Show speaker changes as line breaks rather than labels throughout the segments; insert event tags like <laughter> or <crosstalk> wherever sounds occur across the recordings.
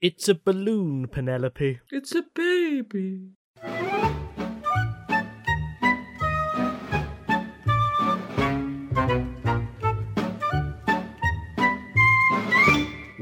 It's a balloon, Penelope.
It's a baby.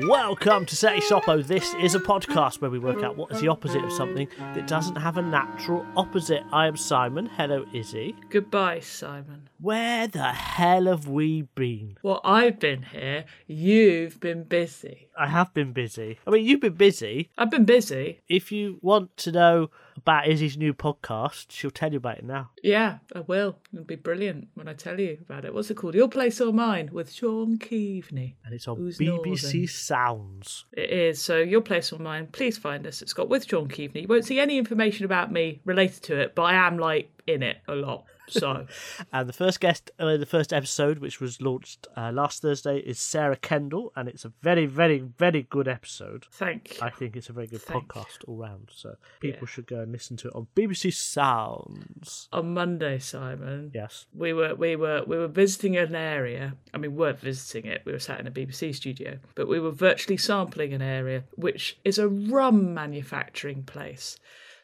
Welcome to Seti Sopo. This is a podcast where we work out what is the opposite of something that doesn't have a natural opposite. I am Simon. Hello, Izzy.
Goodbye, Simon.
Where the hell have we been?
Well, I've been here. You've been busy.
I have been busy. I mean, you've been busy.
I've been busy.
If you want to know about Izzy's new podcast, she'll tell you about it now.
Yeah, I will. It'll be brilliant when I tell you about it. What's it called? Your Place or Mine with Sean Keaveney.
And it's on
Who's
BBC
Northern?
Sounds.
It is. So, Your Place or Mine, please find us. It's got with Sean Keaveney. You won't see any information about me related to it, but I am like in it a lot. So,
And the first guest, uh, the first episode, which was launched uh, last Thursday, is Sarah Kendall, and it's a very, very, very good episode.
thank
I think it's a very good
Thank you.
podcast all round. So people should go and listen to it on BBC Sounds.
On Monday, Simon.
Yes.
we were we were we were visiting an area. I mean, we weren't visiting it. We were sat in a BBC studio, but we were virtually sampling an area, which is a rum manufacturing place.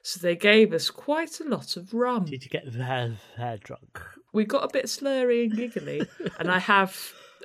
So they gave us quite a lot of rum.
Did you get their, their drunk?
We got a bit slurry
<laughs>
and giggly, and I have.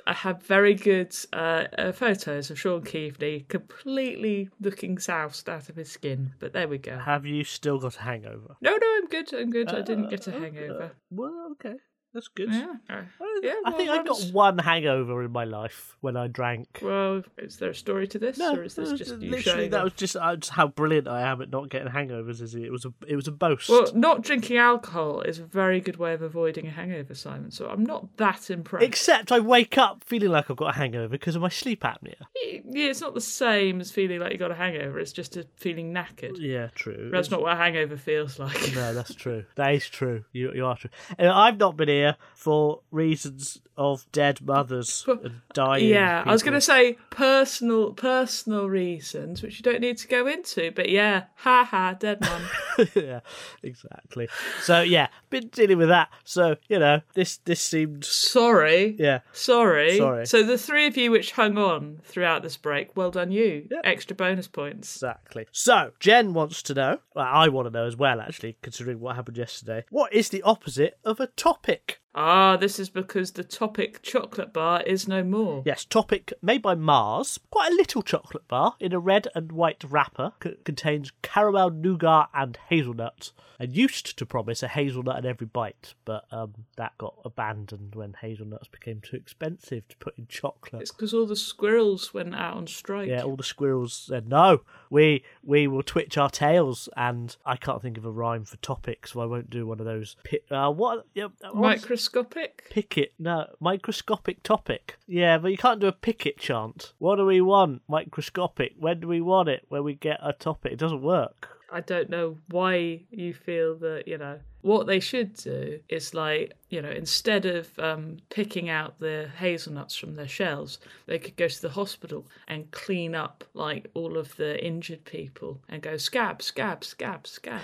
I have very good uh, uh, photos of Sean Keaveney completely looking soused out of his skin. But there we go.
Have you still got a hangover?
No, no, I'm good. I'm good. I didn't get a hangover.
Uh, Well, okay. That's good.
Yeah. uh, yeah
I think
well,
I got
was-
one hangover in my life when I drank.
Well, is there a story to this, or is this
uh,
just you
literally
showing
that
off?
was just, uh, just how brilliant I am at not getting hangovers. Is it? It was a it was a boast.
Well, not drinking alcohol is a very good way of avoiding a hangover, Simon. So I'm not that impressed.
Except I wake up feeling like I've got a hangover because of my sleep apnea.
yeah, it's not the same as feeling like you got a hangover. It's just a feeling knackered.
Yeah, true.
That's not what a hangover feels like. <laughs>
No, that's true. That is true. You, you are true. And I've not been here for reasons of dead
<laughs>
mothers and dying.
Yeah, I was going to
people.
say personal personal reasons, which you don't need to go into. But yeah, ha ha,
<laughs>
dead man.
yeah, exactly. So yeah, been dealing with that. So you know, this this seemed.
Sorry.
Yeah,
Sorry.
Sorry.
So the three of you which hung on throughout this break, well done you. Extra bonus points.
exactly. So Jen wants to know. Well, I want to know as well, actually, considering what happened yesterday. What is the opposite of a topic?
Ah, this is because the topic chocolate bar is no more.
Yes, topic made by Mars. Quite a little chocolate bar in a red and white wrapper. C- contains caramel, nougat, and hazelnut. And used to promise a hazelnut in every bite, but um, that got abandoned when hazelnuts became too expensive to put in chocolate.
It's because all the squirrels went out on strike.
yeah, all the squirrels said no. We we will twitch our tails, and I can't think of a rhyme for topic, so I won't do one of those. Pi- uh, what? Yeah, what's-
Microscopic?
Picket, no, microscopic topic. Yeah, but you can't do a picket chant. What do we want? Microscopic. When do we want it? When we get a topic. It doesn't work.
I don't know why you feel that, you know. What they should do is like, you know, instead of um, picking out the hazelnuts from their shells, they could go to the hospital and clean up like all of the injured people and go scab, scab, scab, scab.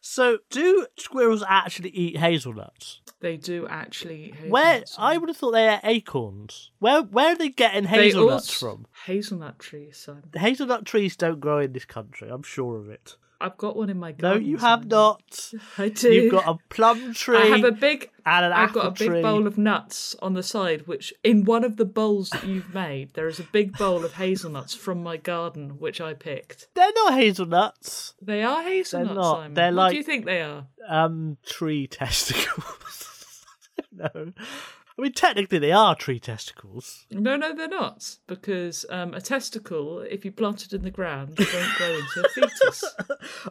So, do squirrels actually eat hazelnuts?
they do actually. eat
Where
hazelnuts.
I would have thought they ate acorns. Where where are they getting
They
hazelnuts
also-
from?
Hazelnut trees, son.
Hazelnut trees don't grow in this country. I'm sure of it.
I've got one in my
No,
garden.
you
Simon.
have not.
I do.
You've got a plum tree.
I have a big.
and an
I've got a
apple
big
tree.
bowl of nuts on the side, which in one of the bowls that you've made, there is a big bowl of hazelnuts from my garden, which I picked.
They're not hazelnuts.
They are hazelnuts,
not.
Simon.
They're
what
like-
do you think they are?
Um, tree <laughs> testicles. <laughs> no, I mean technically they are tree testicles.
No, no, they're not. Because um, a testicle, if you plant it in the ground, won't grow into
<laughs>
a fetus.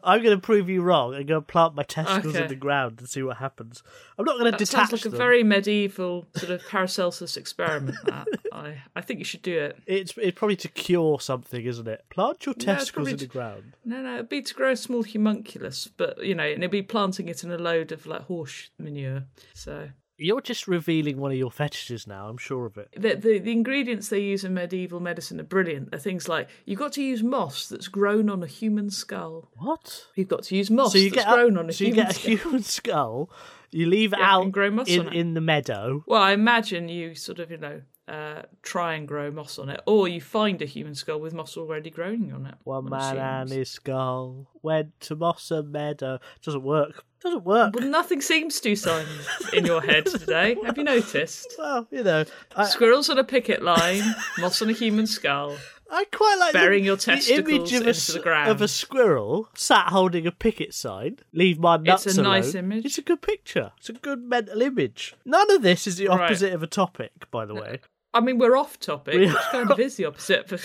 I'm going to prove you wrong. I'm going to plant my testicles in
Okay.
the ground and see what happens. I'm not going to
That sounds
detach
like a
them.
very medieval sort of Paracelsus experiment. That I, I think you should do it.
It's it's probably to cure something, isn't it? Plant your
it's
testicles
probably
in the
to-
ground.
No, no, it'd be to grow a small homunculus, but you know, and it'd be planting it in a load of like horse manure. So
You're just revealing one of your fetishes now. I'm sure of it.
the, the the ingredients they use in medieval medicine are brilliant. They're things like you've got to use moss that's grown on a human skull.
What?
You've got to use moss
So you
that's
get a,
grown on a
so you
human
get a
skull.
human <laughs> skull. You leave it
Yeah,
out
and grow moss
in,
on it.
in the meadow.
Well, I imagine you sort of you know uh, try and grow moss on it, or you find a human skull with moss already growing on it.
One
one
man and
assumes.
his skull went to Moss and Meadow. Doesn't work. Doesn't work.
Well, nothing seems to, Simon, in your head today. Have you noticed?
Well, you know, I,
Squirrels on a picket line, moss on a human skull.
I quite like the-
Burying your
the image of
testicles
a,
into
s-
the ground.
of a squirrel sat holding a picket sign. Leave my nuts
It's a nice
alone.
image.
It's a good picture. It's a good mental image. None of this is the
Right.
opposite of a topic, by the way. <laughs>
I mean, we're off topic,
We
which kind of is the
<laughs>
opposite. But...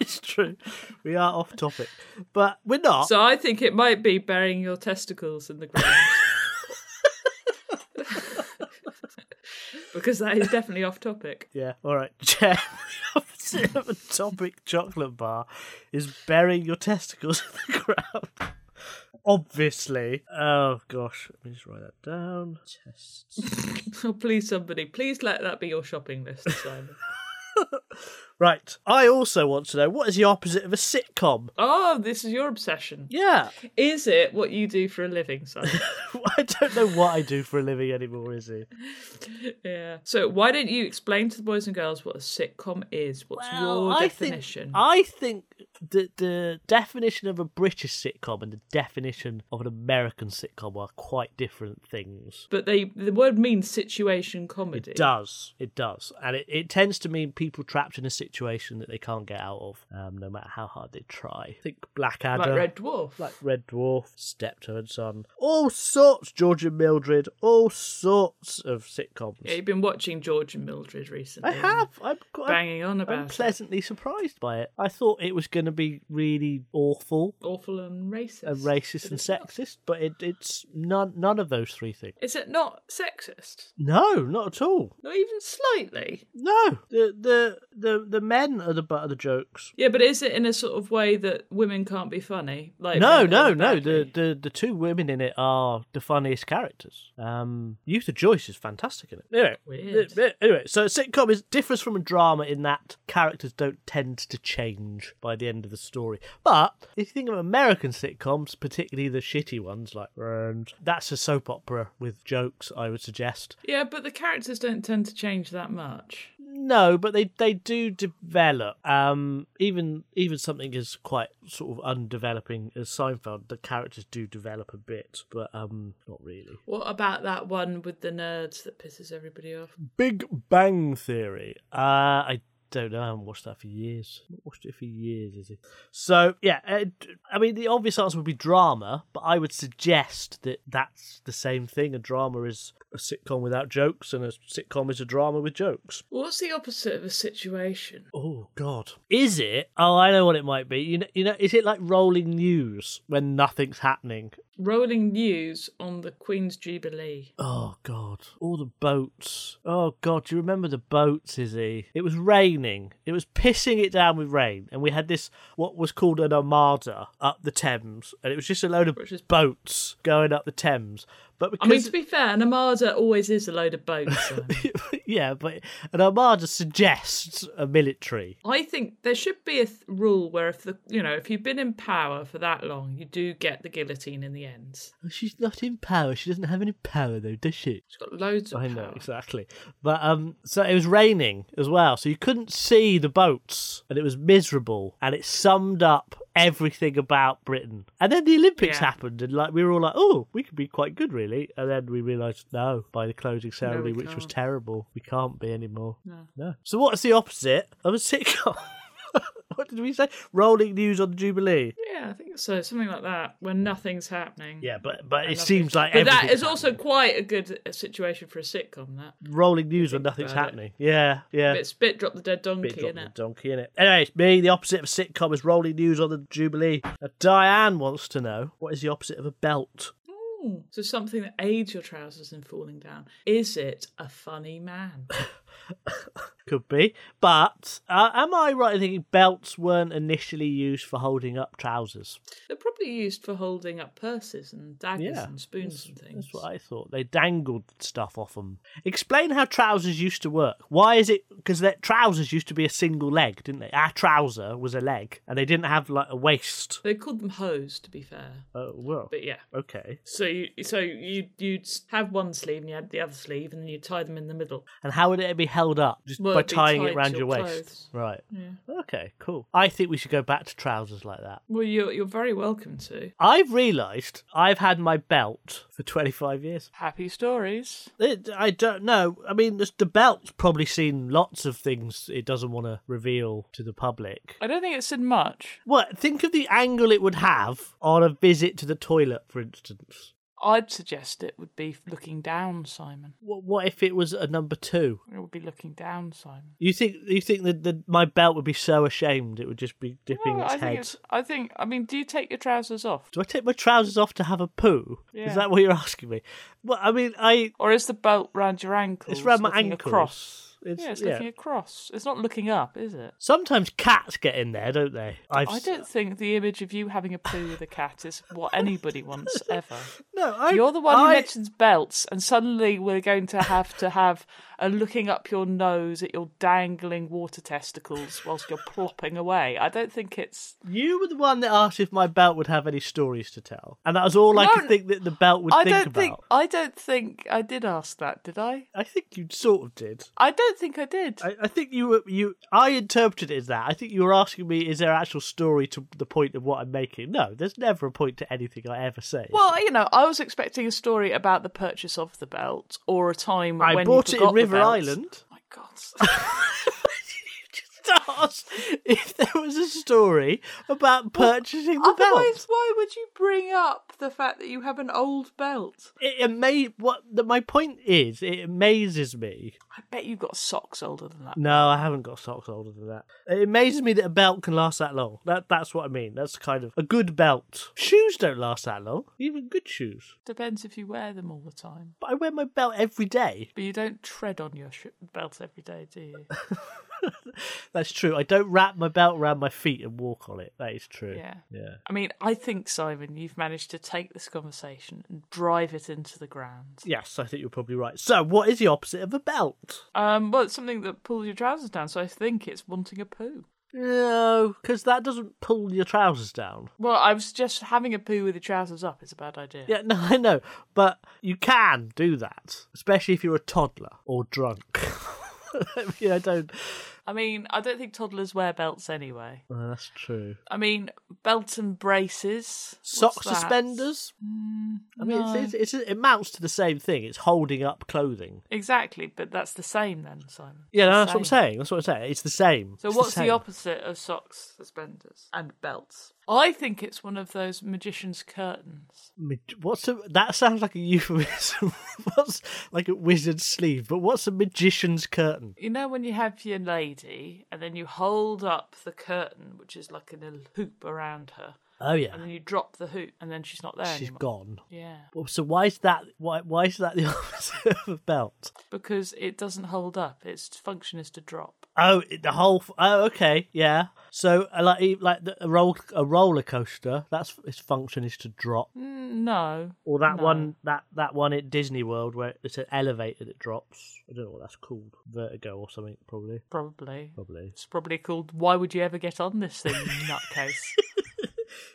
it's true. We are off topic, but we're not.
So I think it might be burying your testicles in the ground. because that is definitely off topic.
Yeah, all right. <laughs> Chair, the opposite of a topic chocolate bar is burying your testicles <laughs> in the ground. Obviously. Oh, gosh. Let me just write that down. Tests.
Oh, please, somebody, please let that be your shopping list, Simon.
Right. I also want to know what is the opposite of a sitcom?
oh, this is your obsession.
Yeah.
Is it what you do for a living, Simon?
<laughs> I don't know what I do for a living anymore, is it?
yeah. So why don't you explain to the boys and girls what a sitcom is? What's your definition?
Think, I think that the definition of a British sitcom and the definition of an American sitcom are quite different things.
But they the word means situation comedy.
It does. It does. And it, it tends to mean people trapped in a situation that they can't get out of, um, no matter how hard they try. Think Blackadder.
Like Red Dwarf.
like Red Dwarf, Steptoe and Son, all sorts, George and Mildred, all sorts of sitcoms.
yeah, you've been watching George and Mildred recently.
I have. I'm, I'm,
Banging on about
I'm
it.
pleasantly surprised by it. I thought it was going to be really awful
awful and racist.
and racist and sexist, but it, it's none none of those three things.
Is it not sexist?
No, not at all.
Not even slightly.
No, the the the, the men are the butt of the jokes.
Yeah, but is it in a sort of way that women can't be funny? Like
No,
men
no,
are
no.
badly?
The, the the two women in it are the funniest characters. Um, Utah Joyce is fantastic in it. Anyway,
Weird.
uh, anyway, so a sitcom is differs from a drama in that characters don't tend to change by the end of the story. But if you think of American sitcoms, particularly the shitty ones like Friends, that's a soap opera with jokes. I would suggest.
Yeah, but the characters don't tend to change that much.
No, but they they do develop. Um, even even something as quite sort of undeveloping as Seinfeld, the characters do develop a bit, but um, not really.
What about that one with the nerds that pisses everybody off?
Big Bang Theory. Uh, I don't know. I haven't watched that for years. I haven't watched it for years, is it? So yeah, uh, d- I mean the obvious answer would be drama, but I would suggest that that's the same thing. A drama is a sitcom without jokes, and a sitcom is a drama with jokes.
What's the opposite of a situation?
Oh God! Is it? Oh, I know what it might be. You know, you know, is it like rolling news when nothing's happening?
Rolling news on the Queen's Jubilee.
Oh God! All the boats. Oh God! Do you remember the boats? Is he? It was raining. It was pissing it down with rain, and we had this what was called an armada up the Thames, and it was just a load of
Which is-
boats going up the Thames. But
I
because
mean, to be fair, an armada always is a load of
<laughs>
boats. Simon.
yeah, but an armada suggests a military.
I think there should be a th- rule where if the you know if you've been in power for that long, you do get the guillotine in the end.
She's not in power. She doesn't have any power though, does she?
It's got loads
<laughs>
of
I know
<laughs> power.
exactly, but um, so it was raining as well, so you couldn't see the boats, and it was miserable, and it summed up everything about Britain. And then the Olympics
Yeah.
happened, and like we were all like, "Oh, we could be quite good, really," and then we realised no, by the closing ceremony, which was
can't.
terrible, we can't be anymore. No. So what's the opposite of a sitcom? <laughs> what did we say? Rolling news on the
<laughs>
Jubilee.
Yeah, I think so. Something like that, where nothing's happening.
Yeah, but but it
Nothing.
seems like
But that
everything's
is also quite a good uh, situation for a sitcom. That
rolling news when nothing's
about it.
happening. Yeah, yeah.
it's bit drop the dead donkey
Bit drop
in
the
it.
donkey in it. Anyway, it's me. The opposite of a sitcom is rolling news on the Jubilee. Now, Diane wants to know what is the opposite of a belt.
So something that aids your trousers in falling down. Is it a
<laughs>
funny man?
Could be, but uh, am I right in thinking belts weren't initially used for holding up trousers?
They're probably used for holding up purses and daggers
Yeah,
and spoons and things.
That's what I thought. They dangled stuff off them. Explain how trousers used to work. Why is it? Because their trousers used to be a single leg, didn't they? Our trouser was a leg, and they didn't have like a waist.
They called them hose, to be fair.
Oh well,
But yeah.
okay.
So you so you you'd have one sleeve and you had the other sleeve and then you tie them in the middle.
And how would it be held up just
Well,
by
it'd be
tying
tied
it around
to
your waist.
clothes.
Right.
Yeah.
Okay, cool. I think we should go back to trousers like that.
Well, you're you're very welcome to.
I've realised I've had my belt for 25 years.
Happy stories.
It, I don't know. I mean, this- the belt's probably seen lots of things it doesn't want to reveal to the public.
I don't think it said much.
Well, think of the angle it would have on a visit to the toilet, for instance.
I'd suggest it would be looking down, Simon.
What, what if it was a number two?
It would be looking down, Simon.
You think you think that the, my belt would be so ashamed it would just be dipping
Well,
its
I
head?
think it's, I think. I mean, do you take your trousers off,
Do I take my trousers off to have a poo?
Yeah.
Is that what you're asking me? Well, I mean, I
or is the belt round your ankles?
it's around my
looking
ankles.
Across?
It's,
Yeah, it's
yeah.
looking across. It's not looking up, is it?
Sometimes cats get in there, don't they? I've
I
s-
don't think the image of you having a poo with a cat is what
<laughs>
anybody wants ever.
No, I,
You're the one who
I-
mentions belts, and suddenly we're going to have to have a looking up your nose at your dangling water testicles whilst you're plopping away. I don't think it's.
You were the one that asked if my belt would have any stories to tell, and that was all I could
No,
think that the belt would
I
think
don't
about.
think. I don't think I did ask that, did I?
I think you sort of did.
I don't think I did.
I, I think you were you. I interpreted it as that. I think you were asking me, is there actual story to the point of what I'm making? No, there's never a point to anything I ever say.
Well, you know, I was expecting a story about the purchase of the belt or a time
I
when
bought
you
it in
forgot the
River
belt.
Island.
Oh my
<laughs>
God.
Just asked if there was a story about purchasing the
Otherwise,
belt.
why would you bring up the fact that you have an old belt?
It ama- what the, my point is, it amazes me.
I bet you've got socks older than that.
No, I haven't got socks older than that. It amazes me that a belt can last that long. That that's what I mean. That's kind of a good belt. Shoes don't last that long, even good shoes.
Depends if you wear them all the time.
But I wear my belt every day.
But you don't tread on your sh- belt every day,
<laughs>
do you?
That's true. I don't wrap my belt around my feet and walk on it. That is true.
Yeah.
Yeah.
I mean, I think, Simon, you've managed to take this conversation and drive it into the ground.
Yes, I think you're probably right. So, what is the opposite of a belt?
Um, well, it's something that pulls your trousers down, so I think it's wanting a poo.
No, because that doesn't pull your trousers down.
Well, I was just having a poo with your trousers up is a bad idea.
Yeah, <laughs> no, I know, but you can do that, especially if you're a toddler or drunk. <laughs> I mean, I don't.
I mean, I don't think toddlers wear belts anyway.
Oh, that's true.
I mean, belts and braces. What's
Sock
that? Mm,
suspenders. I mean,
no.
it's, it's, it's, it amounts to the same thing. It's holding up clothing.
Exactly, but that's the same then, Simon.
Yeah, no,
It's the
that's what I'm
same.
saying. That's what I'm saying. It's the same.
So
It's
what's the,
same.
opposite of socks, suspenders, and belts? I think it's one of those magician's curtains.
Maj- What's a that sounds like a <laughs> euphemism? what's like a wizard's sleeve? But what's a magician's curtain?
You know when you have your lady and then you hold up the curtain, which is like a little hoop around her,
Oh yeah,
and then you drop the hoop and then she's not there
she's
anymore.
gone.
Yeah.
Well, So why is that? Why why is that the <laughs> opposite of a belt?
Because it doesn't hold up. Its function is to drop.
Oh, it- the whole. f- Oh, okay, yeah. So uh, like e- like the, a roll a roller coaster. That's its function is to drop.
Mm, No.
Or that
No.
one that that one at Disney World where it's an elevator that drops. I don't know what that's called. Vertigo or something probably.
Probably. <laughs>
Probably.
It's probably called Why Would You Ever Get On This Thing, you
<laughs>
nutcase?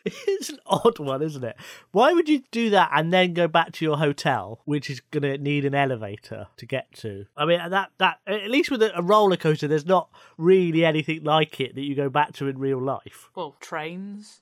It's an odd one, isn't it? Why would you do that and then go back to your hotel, which is going to need an elevator to get to? I mean, that that at least with a a roller coaster, there's not really anything like it that you go back to in real life.
Well, trains.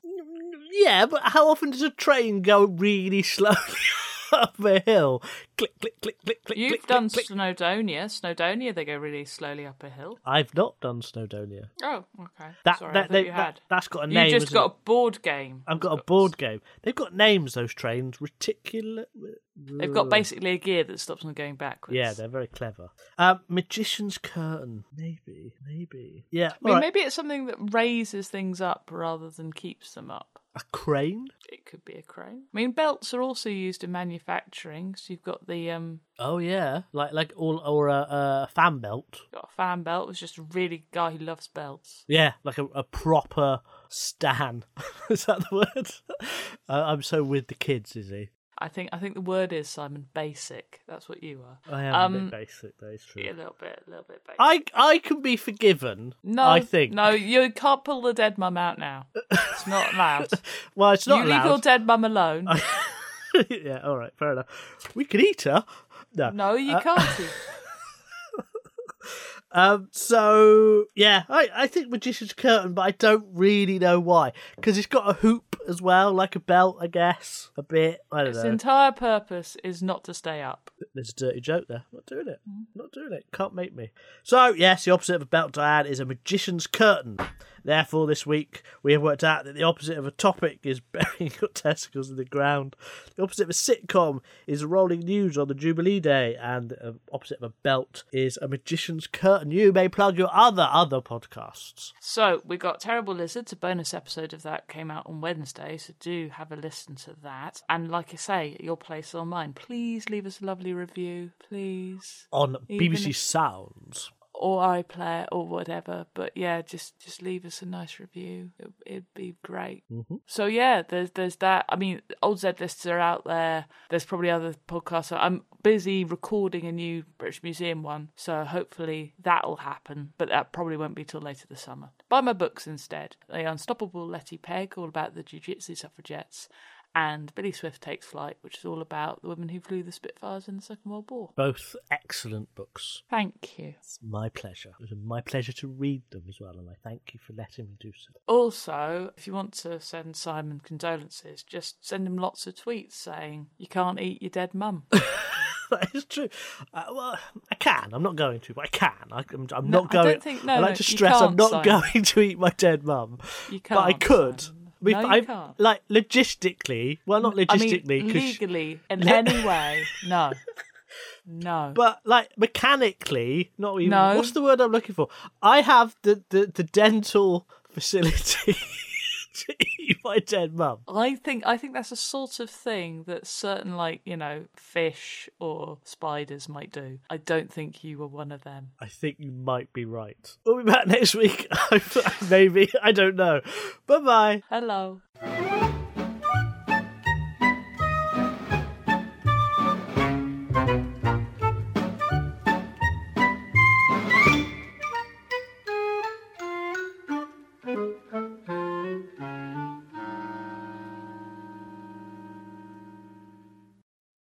Yeah, but how often does a train go really slowly <laughs> up a hill? Click, click, click, click, click.
You've
click,
done
Click, click.
Snowdonia. Snowdonia, they go really slowly up a hill.
I've not done Snowdonia.
Oh, okay.
That
Sorry, I
that,
thought
they-
you
that
had.
that's got a
you
name. Um,
just
hasn't
got
it?
a board game.
I've got a board game. They've got names. Those trains. Reticular.
They've got basically a gear that stops them going backwards.
Yeah, they're very clever. Um, Magician's Curtain, maybe, maybe. Yeah,
I mean,
alright.
maybe it's something that raises things up rather than keeps them up.
a crane.
It could be a crane. I mean, belts are also used in manufacturing. So you've got the um,
Oh yeah, like like all or a, a fan belt.
got a fan belt, which is just a really guy who loves belts.
Yeah, like a, a proper stan. <laughs> is that the word? <laughs> uh, I'm so with the kids, is he?
I think I think the word is Simon basic. That's what you are.
I am a
Um,
bit basic. That is true.
Yeah, a little bit, a little bit basic.
I I can be forgiven.
No,
I think.
no. You can't pull the dead mum out now. It's not allowed.
Well, it's <laughs> not
you leave your
allowed.
dead mum alone.
<laughs> yeah, all right, fair enough. We could eat her. No,
No, you can't.
Um, so yeah, I, I think Magician's Curtain, but I don't really know why because it's got a hoop as well, like a belt, I guess, a bit. I don't
Its
know.
entire purpose is not to stay up.
There's a dirty joke there. Not doing it.
Mm.
Not doing it. Can't make me. So yes, the opposite of a belt diad is a magician's curtain. Therefore, this week we have worked out that the opposite of a topic is <laughs> burying your testicles in the ground. The opposite of a sitcom is rolling news on the Jubilee Day, and the um, opposite of a belt is a magician's curtain. You may plug your other other podcasts.
So we got Terrible Lizards, a bonus episode of that came out on Wednesday, so do have a listen to that. And like I say, your place or mine, please leave us a lovely review, please.
on
Even
BBC
if-
Sounds.
Or iPlayer or whatever. But yeah, just just leave us a nice review. It, it'd be great. Mm-hmm. So yeah, there's there's that. I mean, old Z lists are out there. There's probably other podcasts. I'm busy recording a new British Museum one, so hopefully that'll happen. But that probably won't be till later this summer. Buy my books instead. The Unstoppable Letty Peg, all about the Jiu-Jitsu suffragettes. And Billy Swift Takes Flight, which is all about the women who flew the Spitfires in the Second World War.
Both excellent books.
Thank you.
It's my pleasure. It was my pleasure to read them as well, and I thank you for letting me do so.
Also, if you want to send Simon condolences, just send him lots of tweets saying, You can't eat your
<laughs>
dead mum.
that is true. Uh, well, I can. I'm not going to, but I can. I, am I'm
No,
not
I don't
going.
think- no,
I like
no,
to
you
stress I'm
can't,
not
Simon.
going <laughs> to eat my dead mum.
You
But I
can't,
could.
Simon.
I mean,
No, you
I-
can't.
Like, logistically, well, not
I mean,
logistically, 'cause she-
legally, in any way, no.
<laughs>
No.
but like mechanically, not even.
No.
What's the word I'm looking for? I have the the, the dental <laughs> facility <laughs> to eat my dead mum.
I think I think that's a sort of thing that certain like, you know, fish or spiders might do. I don't think you were one of them.
I think you might be <laughs> right. We'll be back next week. Maybe. I don't know. Bye bye.
Hello.